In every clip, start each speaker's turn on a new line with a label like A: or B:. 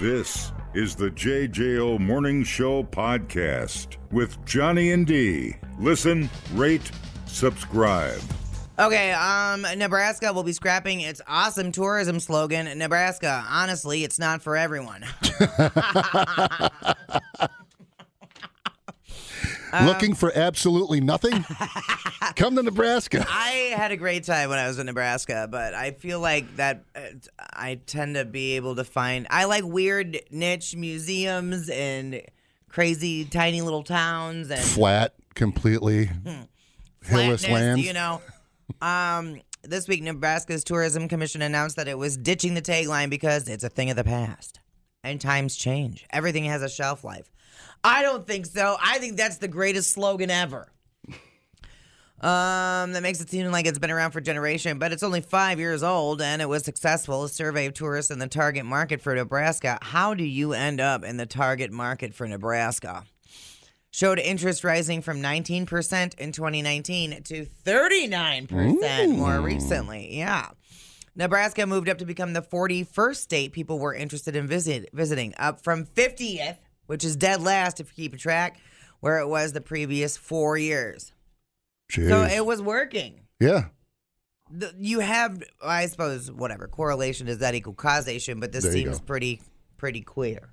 A: This is the JJO Morning Show podcast with Johnny and D. Listen, rate, subscribe.
B: Okay, um, Nebraska will be scrapping its awesome tourism slogan. Nebraska, honestly, it's not for everyone. Um,
C: Looking for absolutely nothing? Come to Nebraska.
B: I had a great time when I was in Nebraska, but I feel like that uh, I tend to be able to find. I like weird niche museums and crazy tiny little towns and
C: Flat, completely hillless
B: Hmm. flatness,
C: land.
B: You know, um, this week Nebraska's tourism commission announced that it was ditching the tagline because it's a thing of the past and times change. Everything has a shelf life. I don't think so. I think that's the greatest slogan ever. Um, that makes it seem like it's been around for a generation, but it's only five years old and it was successful. A survey of tourists in the target market for Nebraska. How do you end up in the target market for Nebraska? showed interest rising from 19% in 2019 to 39%
C: Mm.
B: more recently. Yeah. Nebraska moved up to become the 41st state people were interested in visit, visiting, up from 50th, which is dead last if you keep track, where it was the previous four years.
C: Jeez.
B: So it was working
C: yeah.
B: the, you have i suppose whatever correlation is that equal causation but this
C: There you
B: seems
C: go.
B: pretty pretty clear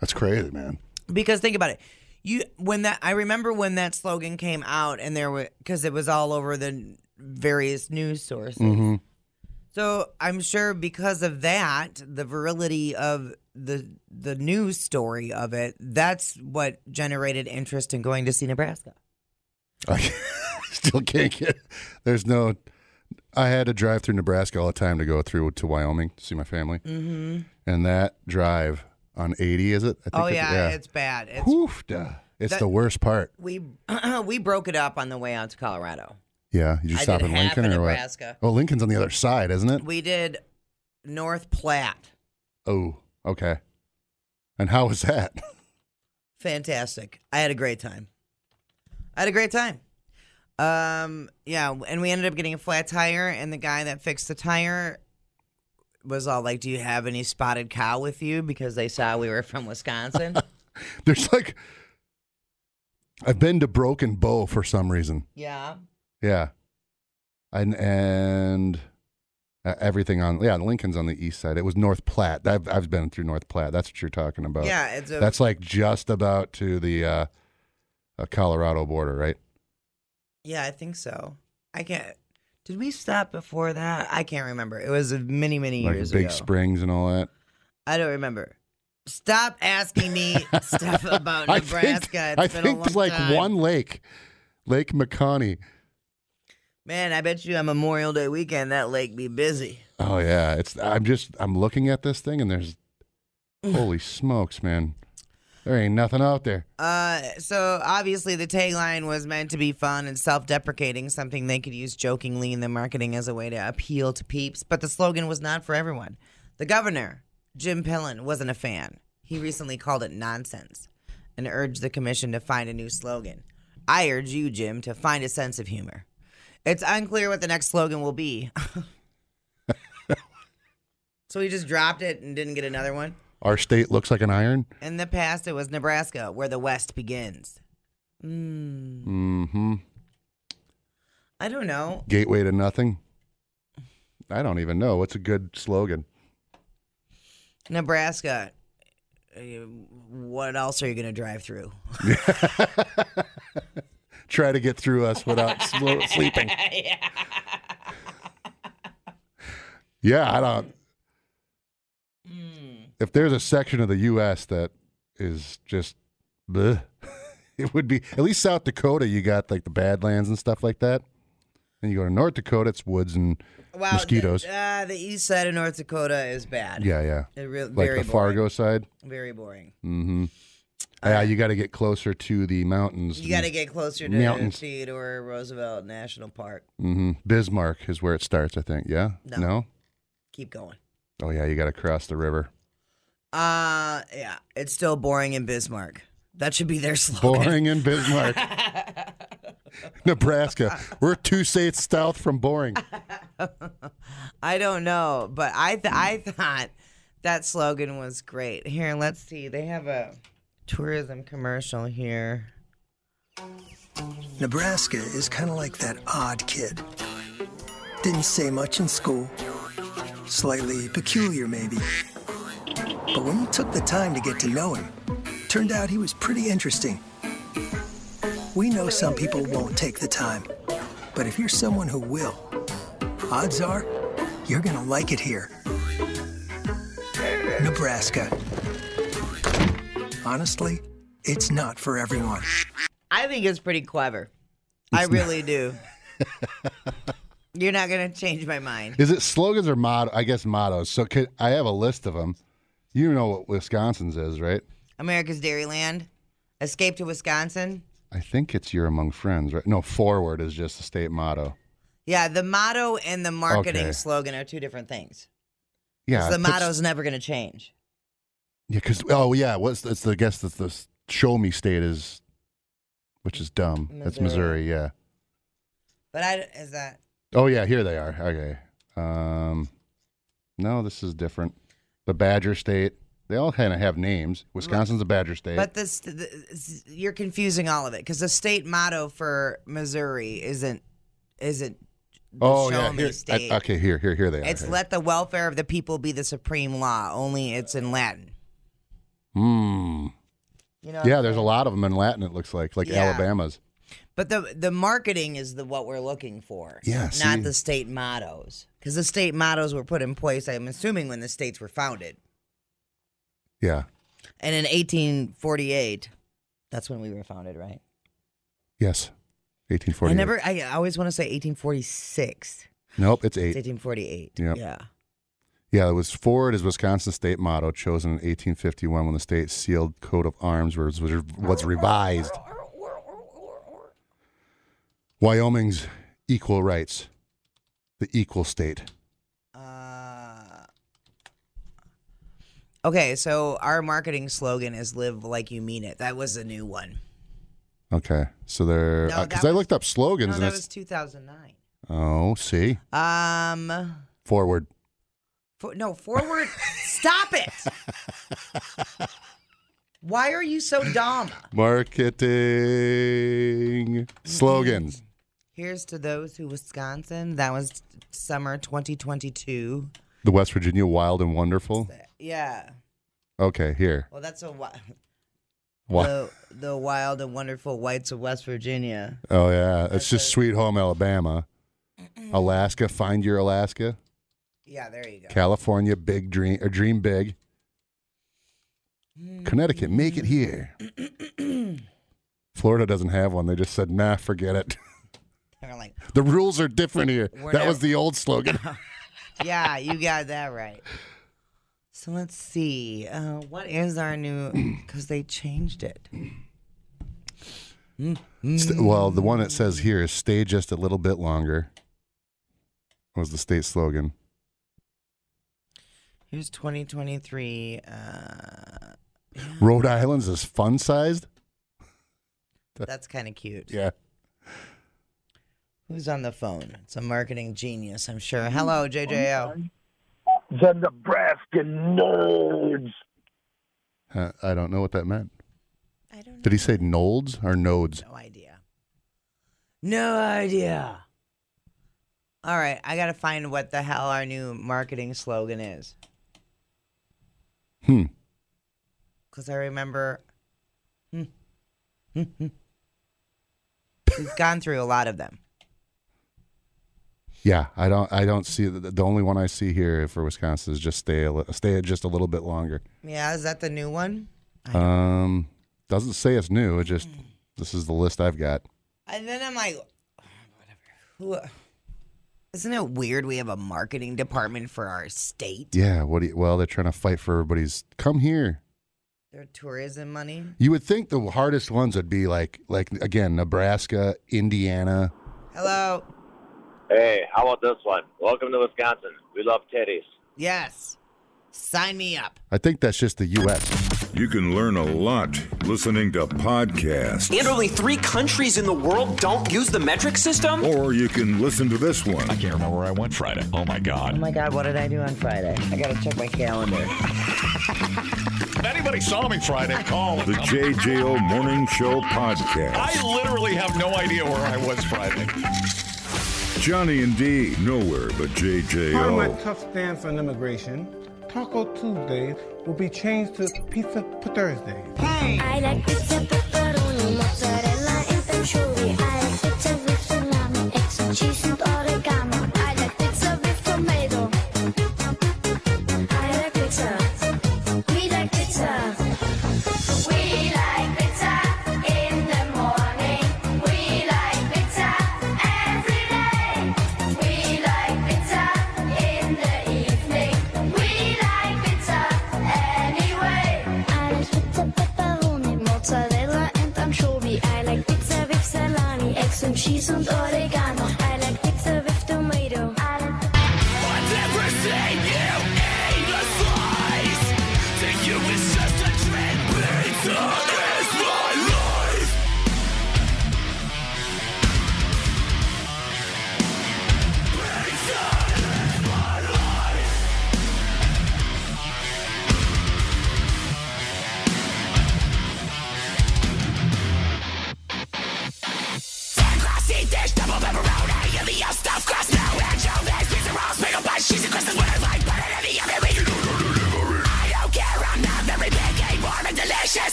C: That's crazy, man.
B: because think about it you when that i remember when that slogan came out and there were because it was all over the various news sources
C: Mm-hmm.
B: so i'm sure because of that the virility of the the news story of it that's what generated interest in going to see nebraska
C: I still can't get. There's no. I had to drive through Nebraska all the time to go through to Wyoming to see my family, mm-hmm. and that drive on 80 is it? I
B: oh
C: it-
B: yeah, it's bad it's
C: Oof, duh. It's
B: That-
C: the worst part.
B: we we broke it up on the way out to colorado
C: Yeah, you just
B: I
C: stop
B: did
C: in
B: half
C: Lincoln
B: in
C: or
B: Nebraska.
C: what? Oh, Lincoln's on the other side, isn't it?
B: We did North Platte.
C: Oh, okay. And how was that?
B: Fantastic. I had a great time. I had a great time. Um, yeah, and we ended up getting a flat tire, and the guy that fixed the tire was all like, "Do you have any spotted cow with you?" Because they saw we were from Wisconsin.
C: There's like, I've been to Broken Bow for some reason.
B: yeah.
C: Yeah, and and uh, everything on yeah Lincoln's on the east side. It was North Platte. I've I've been through North Platte. That's what you're talking about.
B: Yeah, it's a
C: that's like just about to the uh, uh, Colorado border, right?
B: Yeah, I think so. I can't. Did we stop before that? I can't remember. It was many, many
C: like
B: years
C: Big
B: ago.
C: Springs and all that.
B: I don't remember. Stop asking me stuff about
C: I
B: Nebraska.
C: think
B: It's
C: I
B: been a
C: think
B: long
C: there's like
B: time.
C: one lake, Lake McConney.
B: Man, I bet you on Memorial Day weekend that lake be busy.
C: Oh yeah, it's. I'm just. I'm looking at this thing and there's. Holy smokes, man! There ain't nothing out there.
B: Uh, so obviously the tagline was meant to be fun and self-deprecating, something they could use jokingly in their marketing as a way to appeal to peeps. But the slogan was not for everyone. The governor, Jim Pillen, wasn't a fan. He recently called it nonsense and urged the commission to find a new slogan. I urge you, Jim, to find a sense of humor. It's unclear what the next slogan will be. so he just dropped it and didn't get another one.
C: Our state looks like an iron.
B: In the past, it was Nebraska, where the West begins. Hmm.
C: Mm-hmm.
B: I don't know.
C: Gateway to nothing. I don't even know. What's a good slogan?
B: Nebraska, uh, what else are you going to drive through?
C: Try to get through us without sl- sleeping. Yeah, I don't. If there's a section of the U.S. that is just, bleh, it would be at least South Dakota. You got like the Badlands and stuff like that, and you go to North Dakota, it's woods and
B: Wow,
C: mosquitoes.
B: The, uh, the east side of North Dakota is bad.
C: yeah, yeah,
B: It re-
C: like
B: very
C: the Fargo side.
B: Boring. Very boring.
C: Mm-hmm. yeah, you got to get closer to the mountains.
B: Uh, You got to get closer to
C: Mountains.
B: Theodore Roosevelt National Park.
C: hmm Bismarck is where it starts, I think. Yeah.
B: No. Keep going.
C: Oh yeah, you got to cross the river.
B: Uh, yeah, it's still boring in Bismarck. That should be their slogan.
C: Boring in Bismarck, Nebraska. We're two states south from Boring. Hmm.
B: I don't know, but I th- I thought That slogan was great. Here, let's see. They have a tourism commercial here.
D: Nebraska is kind of like that odd kid. Didn't say much in school. Slightly peculiar, maybe. But when you took the time to get to know him, turned out he was pretty interesting. We know some people won't take the time, but if you're someone who will, odds are you're going to like it here. Nebraska. Honestly, it's not for everyone.
B: I think it's pretty clever. I really do. You're not going to change my mind.
C: Is it slogans or motto? I guess mottos. So could, I have a list of them. You know what Wisconsin's is, right?
B: America's Dairyland, Escape to Wisconsin.
C: I think it's you're among friends, right? No, forward is just the state motto.
B: Yeah, the motto and the marketing
C: Okay.
B: slogan are two different things.
C: Yeah,
B: So
C: it
B: the
C: puts-
B: motto's never going to change.
C: Yeah, because oh yeah, what's it's the I guess that's the s- show me state is, which is dumb. That's Missouri. Yeah.
B: But I is that
C: Oh yeah, here they are. Okay. Um, no, this is different. The Badger State. They all kind of have names. Wisconsin's a Badger State.
B: But this, the, you're confusing all of it because the state motto for Missouri isn't isn't the
C: oh
B: show
C: yeah,
B: me
C: here, I-
B: state.
C: okay. Here, here, here they are.
B: It's
C: here.
B: let the welfare of the people be the supreme law. Only it's in Latin.
C: Hmm.
B: You know.
C: Yeah, there's a lot of them in Latin. It looks like like
B: Yeah.
C: Alabama's.
B: But the the marketing is the what we're looking for.
C: Yeah, see.
B: Not the state mottos because the state mottos were put in place. I'm assuming when the states were founded,
C: Yeah.
B: and in 1848, that's when we were founded, right?
C: Yes. 1848.
B: I never. I always want to say 1846.
C: Nope, it's
B: It's
C: eight.
B: 1848.
C: Yep.
B: Yeah.
C: Yeah, it was forward is Wisconsin's state motto, chosen in 1851 when the state sealed coat of arms was, was, was revised. Wyoming's equal rights, the equal state.
B: Uh, okay, so our marketing slogan is "Live like you mean it." That was a new one.
C: Okay, so there
B: No,
C: because
B: that
C: I
B: was-
C: looked up slogans
B: No,
C: and
B: Oh, that
C: it's
B: was 2009.
C: oh, see,
B: Um,
C: forward.
B: for, no, forward. stop it. Why are you so dumb? Mm-hmm.
C: Marketing slogans.
B: Here's to those who Wisconsin. That was summer 2022.
C: The West Virginia Wild and
B: Oh.
C: Wonderful.
B: Yeah.
C: Okay, here.
B: Well, that's a wi-
C: Why?
B: the the wild and wonderful whites of West Virginia.
C: Oh yeah, it's just Sweet Home Alabama, Alaska. Find your Alaska.
B: Yeah, there you go.
C: California, big dream or dream big. Connecticut, make it here. Florida doesn't have one. They just said, nah, forget it.
B: They're like,
C: The rules are different here.
B: We're
C: that
B: not-
C: was the old slogan.
B: yeah, you got that right. So let's see. Uh, what is our new? Because they changed it. Mm-hmm.
C: St- well, the one that says here is stay just a little bit longer was the state slogan.
B: Here's 2023. Uh,
C: Rhode Island's is fun sized.
B: that's kind of cute.
C: Yeah.
B: Who's on the phone? It's a marketing genius, I'm sure. Hello, JJO.
E: the Nebraska nerds.
C: Uh, I don't know what that meant.
B: I don't
C: Did he say nolds or nodes?
B: No idea. No idea. All right, I gotta find what the hell our new marketing slogan is.
C: Hmm.
B: Because I remember. Hmm. Hmm, hmm. We've gone through a lot of them.
C: Yeah, I don't. I don't see the, the only one I see here for Wisconsin is just stay a li- stay just a little bit longer.
B: Yeah, is that the new one?
C: Um, doesn't say it's new. It just this is the list I've got.
B: And then I'm like, whatever. Who? Isn't it weird we have a marketing department for our state?
C: Yeah. What? Do you, well, they're trying to fight for everybody's come here.
B: Their tourism money?
C: You would think the hardest ones would be like like again Nebraska, Indiana.
B: Hello?
F: Hey, how about this one? Welcome to Wisconsin. We love titties.
B: Yes. Sign me up.
C: I think that's just the U.S.
A: You can learn a lot listening to podcasts,
F: And only three countries in the world don't use the metric system?
A: or you can listen to this one.
G: I can't remember where I went Friday. Oh my
B: Oh
G: God.
B: my God, what did I do on Friday? I gotta check my calendar.
G: If anybody saw me Friday, call.
A: The JJO Morning Show Podcast.
G: I literally have no idea where I was Friday.
A: Johnny and Dee, nowhere but
H: Part of my
A: JJO.
H: tough stance on immigration, Taco Tuesday will be changed to Pizza for Thursday.
I: I like pizza, pepperoni, mozzarella, e and patchouli. I like pizza with salami, extra cheese, and oregano. I like pizza with tomato. I like pizza. We like pizza. We like pizza in the morning. We like pizza every day. We like pizza in the evening. We like pizza anyway. I like pizza pepperoni, mozzarella and anchovy. I like pizza with salami, eggs and cheese and oregano. I like pizza with tomato. I like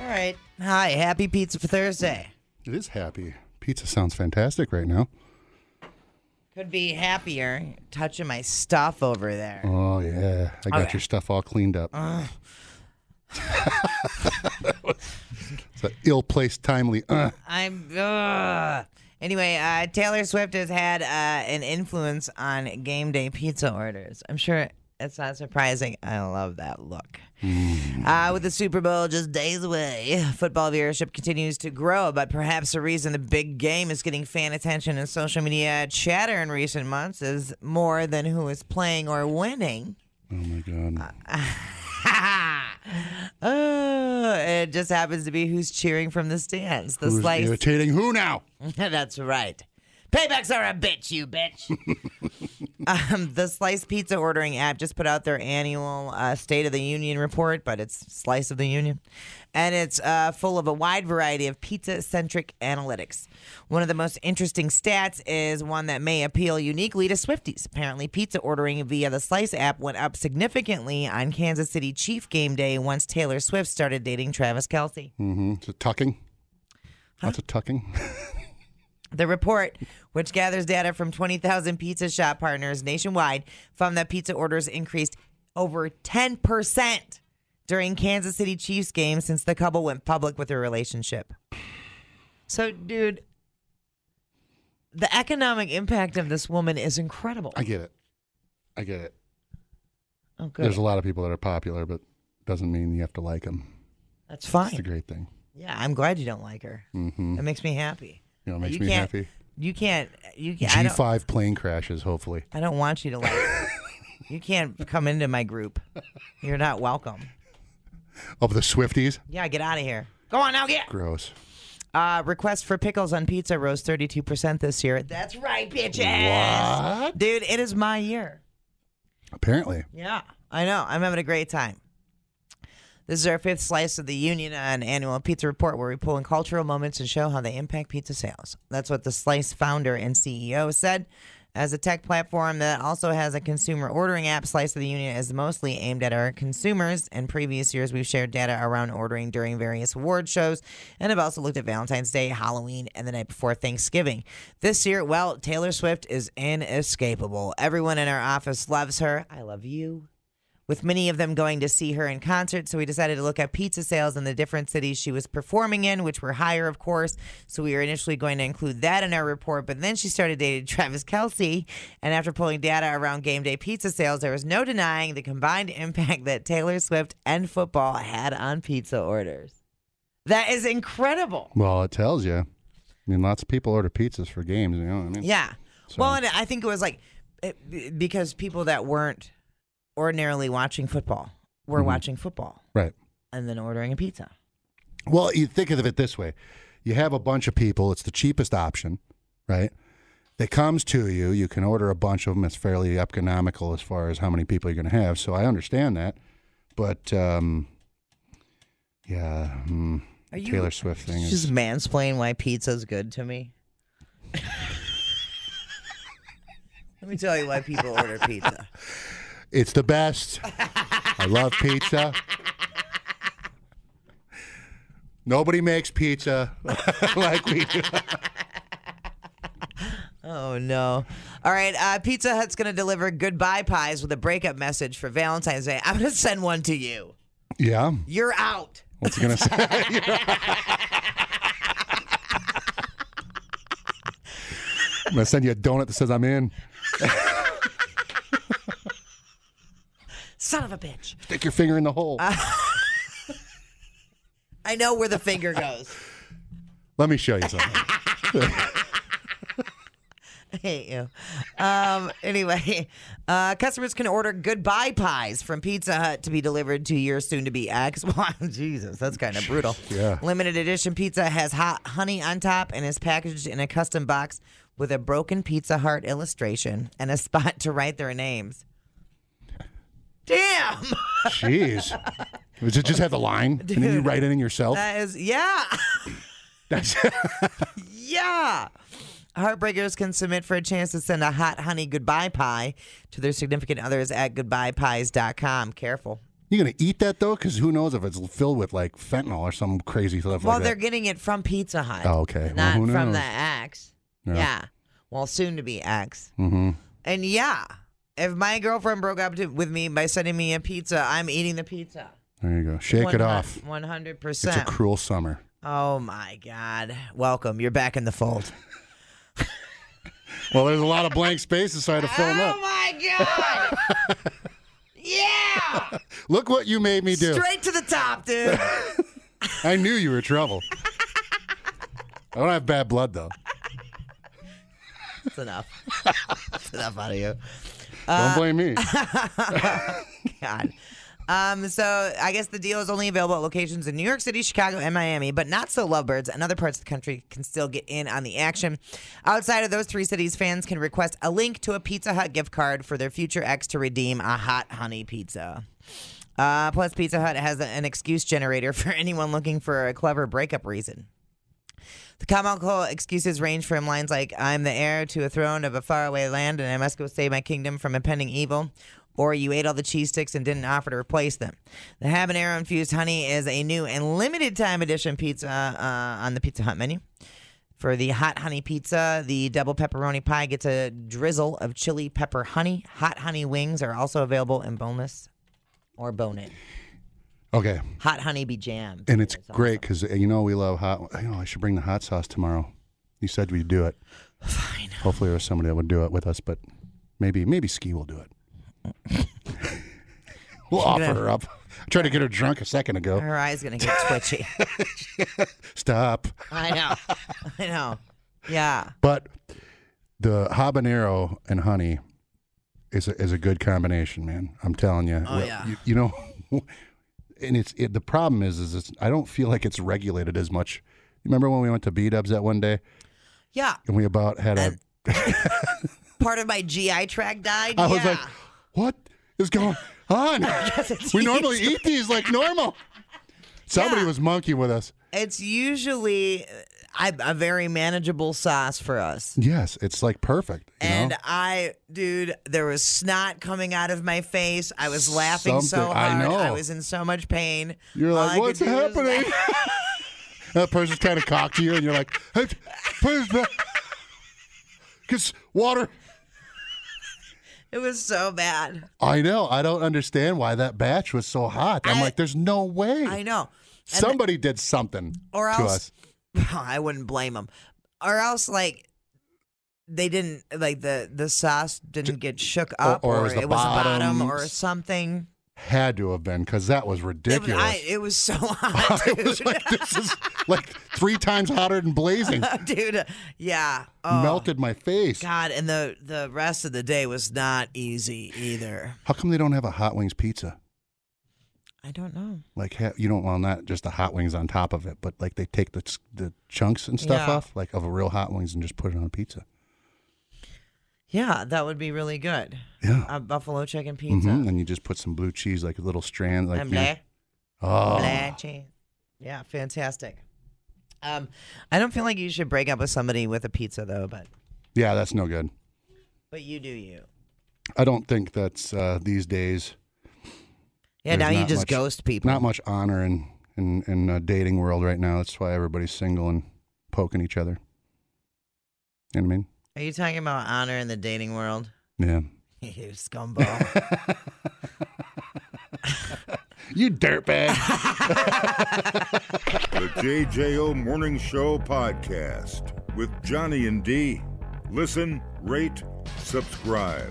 B: All right. Hi, happy pizza for Thursday.
C: It is happy. Pizza sounds fantastic right now.
B: Could be happier touching my stuff over there.
C: Oh yeah, Uh. I got
B: Okay.
C: your stuff all cleaned up. it's an ill-placed, timely. Uh.
B: I'm. Ugh. Anyway, uh, Taylor Swift has had uh, an influence on game day pizza orders. I'm sure it's not surprising. I love that look. Uh, with the Super Bowl just days away, football viewership continues to grow, but perhaps the reason the big game is getting fan attention and social media chatter in recent months is more than who is playing or winning.
C: Oh my god.
B: Uh, it just happens to be who's cheering from the stands. The
C: Who's
B: slice.
C: irritating who now?
B: That's right. Paybacks are a bitch, you bitch. um, the Slice Pizza ordering app just put out their annual uh, State of the Union report, but it's Slice of the Union. And it's uh, full of a wide variety of pizza centric analytics. One of the most interesting stats is one that may appeal uniquely to Swifties. Apparently, pizza ordering via the Slice app went up significantly on Kansas City Chief game day once Taylor Swift started dating Travis Kelsey.
C: Mm-hmm. It's a tucking. Lots of tucking.
B: The report, which gathers data from 20,000 pizza shop partners nationwide, found that pizza orders increased over 10% during Kansas City Chiefs games since the couple went public with their relationship. So, dude, the economic impact of this woman is incredible.
C: I get it. I get it.
B: oh,
C: There's
B: good.
C: a lot of people that are popular, but doesn't mean you have to like them.
B: That's
C: It's a
B: fine.
C: great thing.
B: Yeah, I'm glad you don't like her. That makes me happy.
C: You know, Mm-hmm. it makes
B: you
C: me
B: can't-
C: happy.
B: You can't. You can't. I don't,
C: G5 plane crashes, hopefully.
B: I don't want you to like. you can't come into my group. You're not welcome.
C: Of the Swifties?
B: Yeah, get out of here. Go on now, get.
C: Gross.
B: Uh, requests for pickles on pizza rose 32% this year. That's right, bitches.
C: What?
B: Dude, it is my year.
C: Apparently.
B: Yeah, I know. I'm having a great time. This is our fifth slice of the Union on annual pizza report, where we pull in cultural moments and show how they impact pizza sales. That's what the Slice founder and CEO said. As a tech platform that also has a consumer ordering app, Slice of the Union is mostly aimed at our consumers. In previous years, we've shared data around ordering during various award shows and have also looked at Valentine's Day, Halloween, and the night before Thanksgiving. This year, well, Taylor Swift is inescapable. Everyone in our office loves her. I love you. with many of them going to see her in concert. So we decided to look at pizza sales in the different cities she was performing in, which were higher, of course. So we were initially going to include that in our report, but then she started dating Travis Kelsey. And after pulling data around game day pizza sales, there was no denying the combined impact that Taylor Swift and football had on pizza orders. That is incredible.
C: Well, it tells you. I mean, lots of people order pizzas for games. You know what I mean?
B: Yeah. Well, and I think it was like it- b- because people that weren't ordinarily watching football were watching football
C: Right.
B: and then ordering a pizza.
C: Well, you think of it this way: you have a bunch of people. It's the cheapest option, right? That comes to you. You can order a bunch of them. It's fairly economical as far as how many people you're going to have. So I understand that, but um, yeah, mm,
B: Are you-
C: Taylor Swift thing is
B: Just mansplain why pizza's good to me. Let me tell you why people order pizza.
C: it's the best. I love pizza. Nobody makes pizza like we do.
B: Oh no! All right, uh, Pizza Hut's going to deliver goodbye pies with a breakup message for Valentine's Day. I'm going to send one to you.
C: Yeah,
B: You're out.
C: what's he gonna say? I'm gonna send you a donut that says I'm in.
B: Son of a bitch. Uh.
C: Stick your finger in the hole.
B: I know where the finger goes.
C: Let me show you something.
B: hate you. Um, anyway, uh, customers can order goodbye pies from Pizza Hut to be delivered to your soon-to-be ex. Wow, Jesus, that's kind of brutal.
C: Yeah.
B: Limited edition pizza has hot honey on top and is packaged in a custom box with a broken Pizza Heart illustration and a spot to write their names. Damn,
C: Jeez. Does it just have the line? And then you write it in yourself?
B: that is yeah.
C: That's
B: Yeah. Heartbreakers can submit for a chance to send a hot honey goodbye pie to their significant others at goodbyepies.com. Careful.
C: You're going to eat that, though? Because who knows if it's filled with like fentanyl or some crazy stuff
B: Well,
C: like
B: they're
C: that.
B: getting it from Pizza Hut.
C: Oh, okay. Well,
B: Not
C: who
B: from
C: knows?
B: the ex. Yeah. Well, soon to be ex.
C: Mm-hmm.
B: And yeah, if my girlfriend broke up to, with me by sending me a pizza, I'm eating the pizza.
C: There you go. Shake it off.
B: 100%.
C: It's a cruel summer.
B: oh, my God. Welcome. You're back in the fold.
C: Well, there's a lot of blank spaces, so I had to fill them
B: oh, my
C: up.
B: God. yeah.
C: Look what you made me do.
B: Straight to the top, dude.
C: I knew you were trouble. I don't have bad blood, though.
B: That's enough. That's enough out of you.
C: don't blame me.
B: God. Um, so I guess the deal is only available at locations in New York City, Chicago, and Miami, but not so lovebirds and other parts of the country can still get in on the action. Outside of those three cities, fans can request a link to a Pizza Hut gift card for their future ex to redeem a hot honey pizza. Uh, plus, Pizza Hut has an excuse generator for anyone looking for a clever breakup reason. The comical excuses range from lines like, I'm the heir to a throne of a faraway land and I must go save my kingdom from impending evil, or you ate all the cheese sticks and didn't offer to replace them. The habanero infused honey is a new and limited time edition pizza uh, on the Pizza Hut menu. For the hot honey pizza, the double pepperoni pie gets a drizzle of chili pepper honey. Hot honey wings are also available in boneless or bone in.
C: Okay.
B: Hot honey be jammed.
C: And it's great because you know we love hot. You know I should bring the hot sauce tomorrow. You said we'd do it. Fine. Hopefully there was somebody that would do it with us, but maybe maybe Ski will do it. we'll offer her up. I tried to get her drunk a second ago.
B: Her eye's going to get twitchy.
C: Stop.
B: I know. I know. Yeah.
C: But the habanero and honey is a, is a good combination, man. I'm telling you.
B: Oh, yeah.
C: You, you know, and it's it, the problem is is it's, I don't feel like it's regulated as much. Remember when we went to B Dubs that one day
B: Yeah.
C: and we about had a.
B: Part of my GI tract died.
C: I
B: yeah.
C: was like, what is going on?
B: it's
C: we normally eat these like normal. Somebody
B: Yeah.
C: was monkey with us.
B: it's usually uh, I, a very manageable sauce for us.
C: Yes, it's like perfect. you know?
B: And I, dude, there was snot coming out of my face. I was laughing so
C: Something-
B: hard.
C: I know.
B: was in so much pain.
C: You're
B: All I
C: like,
B: could
C: what's
B: do was
C: happening?
B: laugh.
C: that person's trying to cock to you, and you're like, hey, please, because water.
B: It was so bad.
C: I know. I don't understand why that batch was so hot. I'm
B: I-
C: like, there's no way.
B: I know. And
C: Somebody did something
B: Or
C: to
B: else-
C: us.
B: I wouldn't blame them. Or else, like, they didn't like the the sauce didn't get shook up,
C: or it was the
B: it was a bottom or
C: bottoms.
B: something.
C: Had to have been because that was
B: It was,
C: ridiculous.
B: I, it was so hot,
C: I was
B: dude.
C: like, this is like three times hotter than blazing.
B: dude. Yeah. Oh,
C: Melted my face.
B: God, and the the rest of the day was not easy either.
C: How come they don't have a hot wings pizza?
B: I don't know.
C: Like ha- you don't well not just the hot wings on top of it, but like they take the the chunks and stuff
B: Yeah.
C: off like of a real hot wings and just put it on a pizza.
B: Yeah, that would be really good.
C: Yeah.
B: A buffalo chicken
C: Mhm,
B: pizza.
C: And you just put some blue cheese, like a little strand, like
B: and
C: you-
B: black,
C: oh,
B: black cheese. Yeah, fantastic. Um, I don't feel like you should break up with somebody with a pizza though, but
C: yeah, that's no good.
B: but you do you.
C: I don't think that's uh, these days.
B: Yeah,
C: There's
B: now you
C: not
B: just
C: much-
B: ghost people.
C: Not much honor in in in uh, dating world right now. That's why everybody's single and poking each other. You know what I mean?
B: Are you talking about honor in the dating world?
C: Yeah.
B: you scumbag.
C: You dirtbag.
A: The JJO Morning Show Podcast with Johnny and D. Listen, rate, subscribe.